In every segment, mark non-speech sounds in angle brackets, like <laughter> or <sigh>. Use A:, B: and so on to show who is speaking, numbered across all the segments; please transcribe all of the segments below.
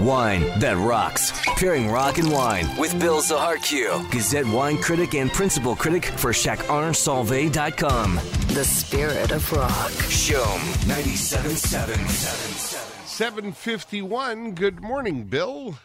A: Wine that rocks. Pairing rock and wine with Bill Zaharkiew, Gazette wine critic and principal critic for ChacArnSalve.com.
B: The spirit of rock.
A: Show 97.7.
C: 751. Good morning, Bill.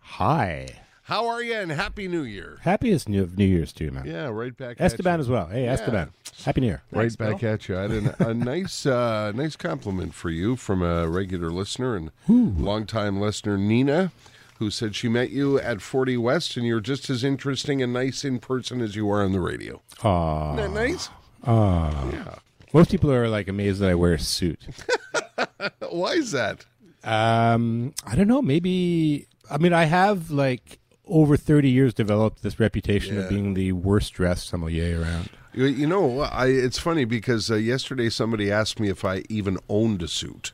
D: Hi.
C: How are you and happy new year?
D: Happiest new, New Year's to you, man.
C: Yeah, right back
D: Esteban
C: at
D: as well. Hey, Esteban. Happy New Year.
C: you. Right back at you. I had an, a <laughs> nice uh, nice compliment for you from a regular listener and longtime listener, Nina, who said she met you at 40 West and you're just as interesting and nice in person as you are on the radio.
D: Aw.
C: Isn't that nice?
D: uh, Most people are like amazed that I wear a suit.
C: Why is that?
D: Um, I don't know. Maybe I mean I have like over thirty years developed this reputation of being the worst dressed sommelier around.
C: You, you know, I, it's funny because uh, yesterday somebody asked me if I even owned a suit.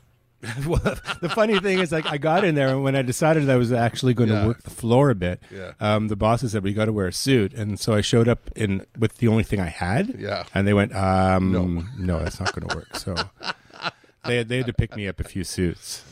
D: well, the funny thing is, like, I got in there, and when I decided I was actually going
C: Yeah.
D: to work the floor a bit,
C: Yeah.
D: um, the bosses said we got to wear a suit, and so I showed up in with the only thing I had.
C: Yeah.
D: and they went, um, "No, that's not going to
C: <laughs>
D: work." So they they had to pick me up a few suits,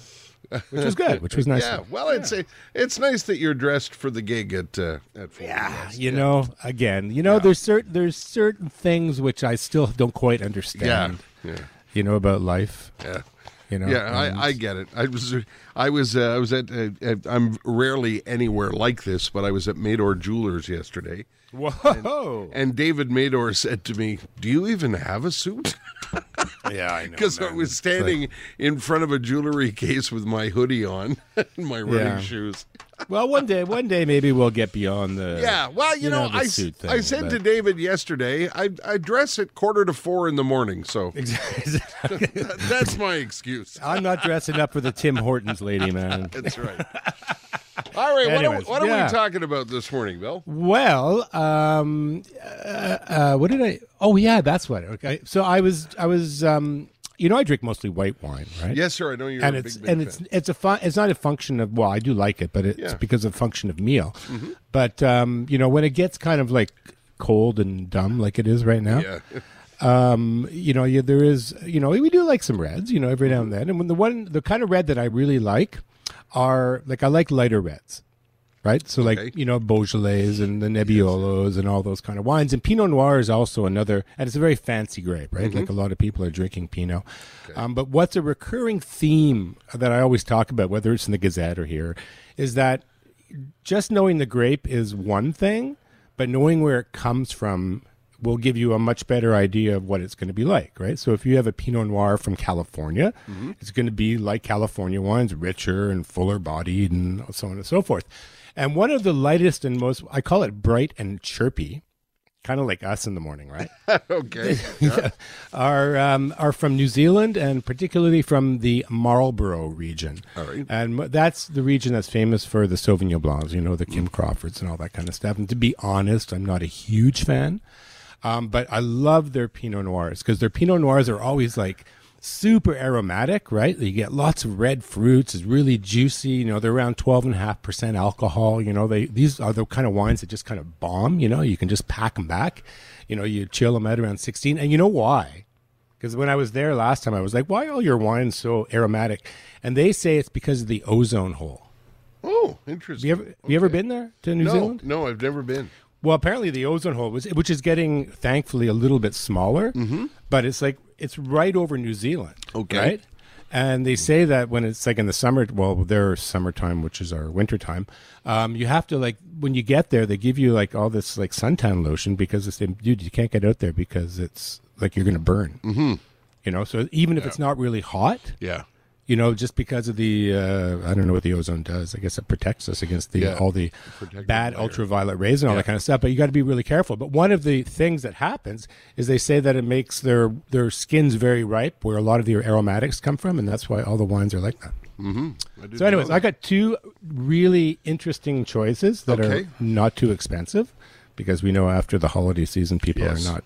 D: which was good, which was nice.
C: Yeah, well, it's it's nice that you're dressed for the gig at uh, at 40 West.
D: You know, again, you know, there's certain there's certain things which I still don't quite understand.
C: Yeah, yeah.
D: you know about life.
C: Yeah.
D: You know, um,
C: Yeah,
D: and-
C: <laughs> I, I get it. I was, I was, uh, I was at. Uh, at- I'm rarely anywhere like this, but I was at Mador Jewelers yesterday,
D: whoa.
C: and David Mador <laughs> said to me, "Do you even have a suit?" <laughs>
D: yeah, I know.
C: Because I
D: man.
C: was standing in front of a jewelry case with my hoodie on <laughs> and my running
D: Yeah.
C: shoes.
D: Well, one day, one day, maybe we'll get beyond the.
C: Yeah, well, you, know,
D: the
C: I, s-
D: suit thing,
C: I said
D: but-
C: to David yesterday, I, I dress at quarter to four in the morning,
D: <laughs>
C: so <laughs> that- that's my excuse.
D: I'm not dressing up for the Tim Hortons lady,
C: <laughs>
D: man.
C: That's right. All right, what, are,
D: Anyways,
C: what are
D: yeah.
C: we talking about this morning, Bill?
D: Well, um, uh, uh, what did I? Oh, yeah, that's what. Okay, so I was, I was, um, you know, I drink mostly white wine, right?
C: Yes, sir. I know you're
D: and
C: a
D: it's
C: big, big
D: and
C: fan.
D: it's it's a fun it's not a function of well I do like it but it's
C: Yeah. Mm-hmm.
D: because of function of meal, but um you know when it gets kind of like cold and dumb like it is right now,
C: yeah, <laughs>
D: you know, you, there is, you know, we do like some reds, you know, every now and then. And when the one, the kind of red that I really like are like I like lighter reds, right? So
C: Okay.
D: like you know Beaujolais and the Nebbiolos and all those kind of wines. And Pinot Noir is also another, and it's a very fancy grape, right? Like a lot of people are drinking Pinot. Um, but what's a recurring theme that I always talk about, whether it's in the Gazette or here, is that just knowing the grape is one thing, but knowing where it comes from will give you a much better idea of what it's going to be like, right? So if you have a Pinot Noir from California, it's going to be like California wines, richer and fuller bodied and so on and so forth. And one of the lightest and most, I call it bright and chirpy, kind of like us in the morning, right?
C: okay.
D: are um, are from New Zealand and particularly from the Marlborough region.
C: All right.
D: and m- that's the region that's famous for the Sauvignon Blancs, you know, the Kim Crawfords and all that kind of stuff. And to be honest, I'm not a huge fan, um, but I love their Pinot Noirs because their Pinot Noirs are always like super aromatic, right? You get lots of red fruits. It's really juicy. You know, they're around 12.5% alcohol. You know, they these are the kind of wines that just kind of bomb. You know, you can just pack them back. You know, you chill them out around 16. And you know why? Because when I was there last time, I was like, why are all your wines so aromatic? And they say it's because of the ozone hole.
C: <laughs> Oh, interesting.
D: Have you ever, have you ever been there to New
C: no,
D: Zealand?
C: no, I've never been.
D: Well, apparently the ozone hole was, which is getting thankfully a little bit smaller, but it's like it's right over New Zealand.
C: Okay.
D: Right. And they say that when it's like in the summer, well, their summertime, which is our wintertime, um, you have to like when you get there, they give you like all this like suntan lotion because it's dude, you can't get out there because it's like you're gonna burn. Mm-hmm. You know, so even if it's not really hot,
C: Yeah,
D: you know, just because of the uh, I don't know what the ozone does. I guess it protects us against the
C: Yeah.
D: all the bad ultraviolet rays and all that kind of stuff. But you got to be really careful. But one of the things that happens is they say that it makes their their skins very ripe, where a lot of the aromatics come from, and that's why all the wines are like that.
C: didn't
D: So, anyways,
C: know
D: I got two really interesting choices that
C: Okay.
D: are not too expensive, because we know after the holiday season people
C: Yes.
D: are not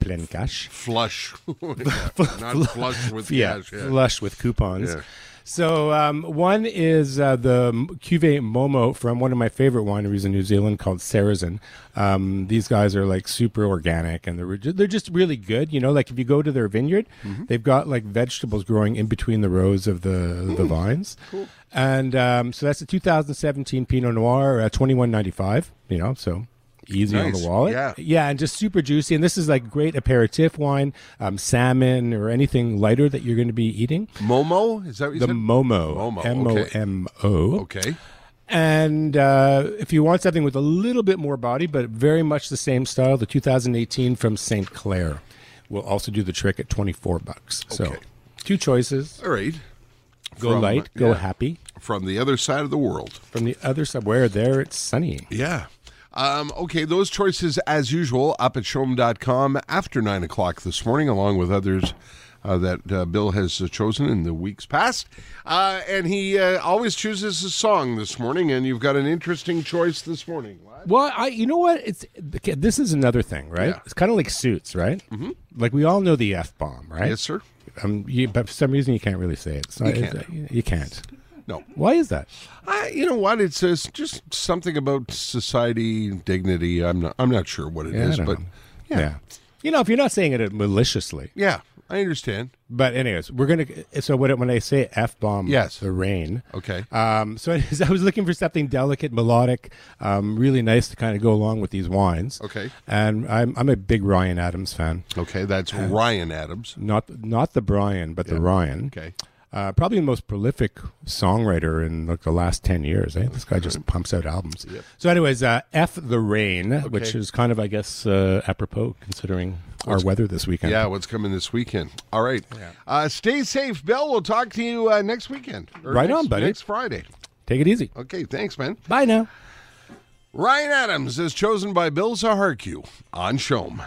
D: plain cash
C: flush, Yeah, <laughs> not flush with
D: yeah,
C: cash. Yeah.
D: flush with coupons.
C: Yeah.
D: So um, one is uh, the M- Cuvée Momo from one of my favorite wineries in New Zealand called Sarazen. Um, these guys are like super organic and they're re- they're just really good. You know, like if you go to their vineyard,
C: Mm-hmm.
D: they've got like vegetables growing in between the rows of the
C: Mm.
D: the vines. And um, so that's a 2017 Pinot Noir, uh, 2195. You know, so easy on
C: Nice.
D: the wallet.
C: Yeah.
D: Yeah, and just super juicy. And this is like great aperitif wine, um, salmon or anything lighter that you're going to be eating.
C: Momo? Is that what you
D: The
C: said?
D: Momo,
C: Momo,
D: M O M O.
C: Okay.
D: And uh, if you want something with a little bit more body, but very much the same style, the 2018 from St. Clair will also do the trick at 24 bucks. So
C: Okay.
D: two choices
C: All right.
D: go
C: From-
D: light, go
C: yeah.
D: happy.
C: From the other side of the world.
D: From the other side, where there it's sunny.
C: Yeah. Um, okay, those choices, as usual, up at showm.com after 9 o'clock this morning, along with others uh, that uh, Bill has uh, chosen in the weeks past. Uh, and he uh, always chooses a song this morning, and you've got an interesting choice this morning.
D: Well, I you know what it's okay, this is another thing, right?
C: Yeah.
D: It's kind of like suits, right? Mm-hmm. Like we all know the f bomb, right?
C: Yes, sir?
D: Um, you, but for some reason you can't really say it. It's not-
C: You
D: it's- you can't.
C: No.
D: Why is that?
C: I, you know what? It's uh, just something about society, dignity. I'm not, I'm not sure what it
D: Yeah, I
C: is,
D: don't
C: but
D: know. Yeah. You know, if you're not saying it maliciously,
C: yeah, I understand.
D: but anyways, we're gonna. So when, when I say f bomb,
C: Yes.
D: the rain.
C: Okay.
D: Um, so anyways, <laughs> I was looking for something delicate, melodic, um, really nice to kind of go along with these wines.
C: Okay.
D: And I'm I'm a big Ryan Adams fan.
C: Okay, that's Ryan Adams.
D: Not not the Brian, but the Ryan.
C: Okay.
D: Uh, probably the most prolific songwriter in like the last 10 years. Eh? This guy just pumps out albums. So, anyways, uh, F the Rain, which is kind of, I guess, uh, apropos considering our weather this weekend.
C: Yeah, what's coming this weekend? All right. Uh, stay safe, Bill. We'll talk to you uh, next weekend. or
D: Right
C: next-
D: on, buddy.
C: Next Friday.
D: Take it easy.
C: Okay, thanks, man.
D: Bye now.
C: Ryan Adams is chosen by Bill Zaharku on Shome.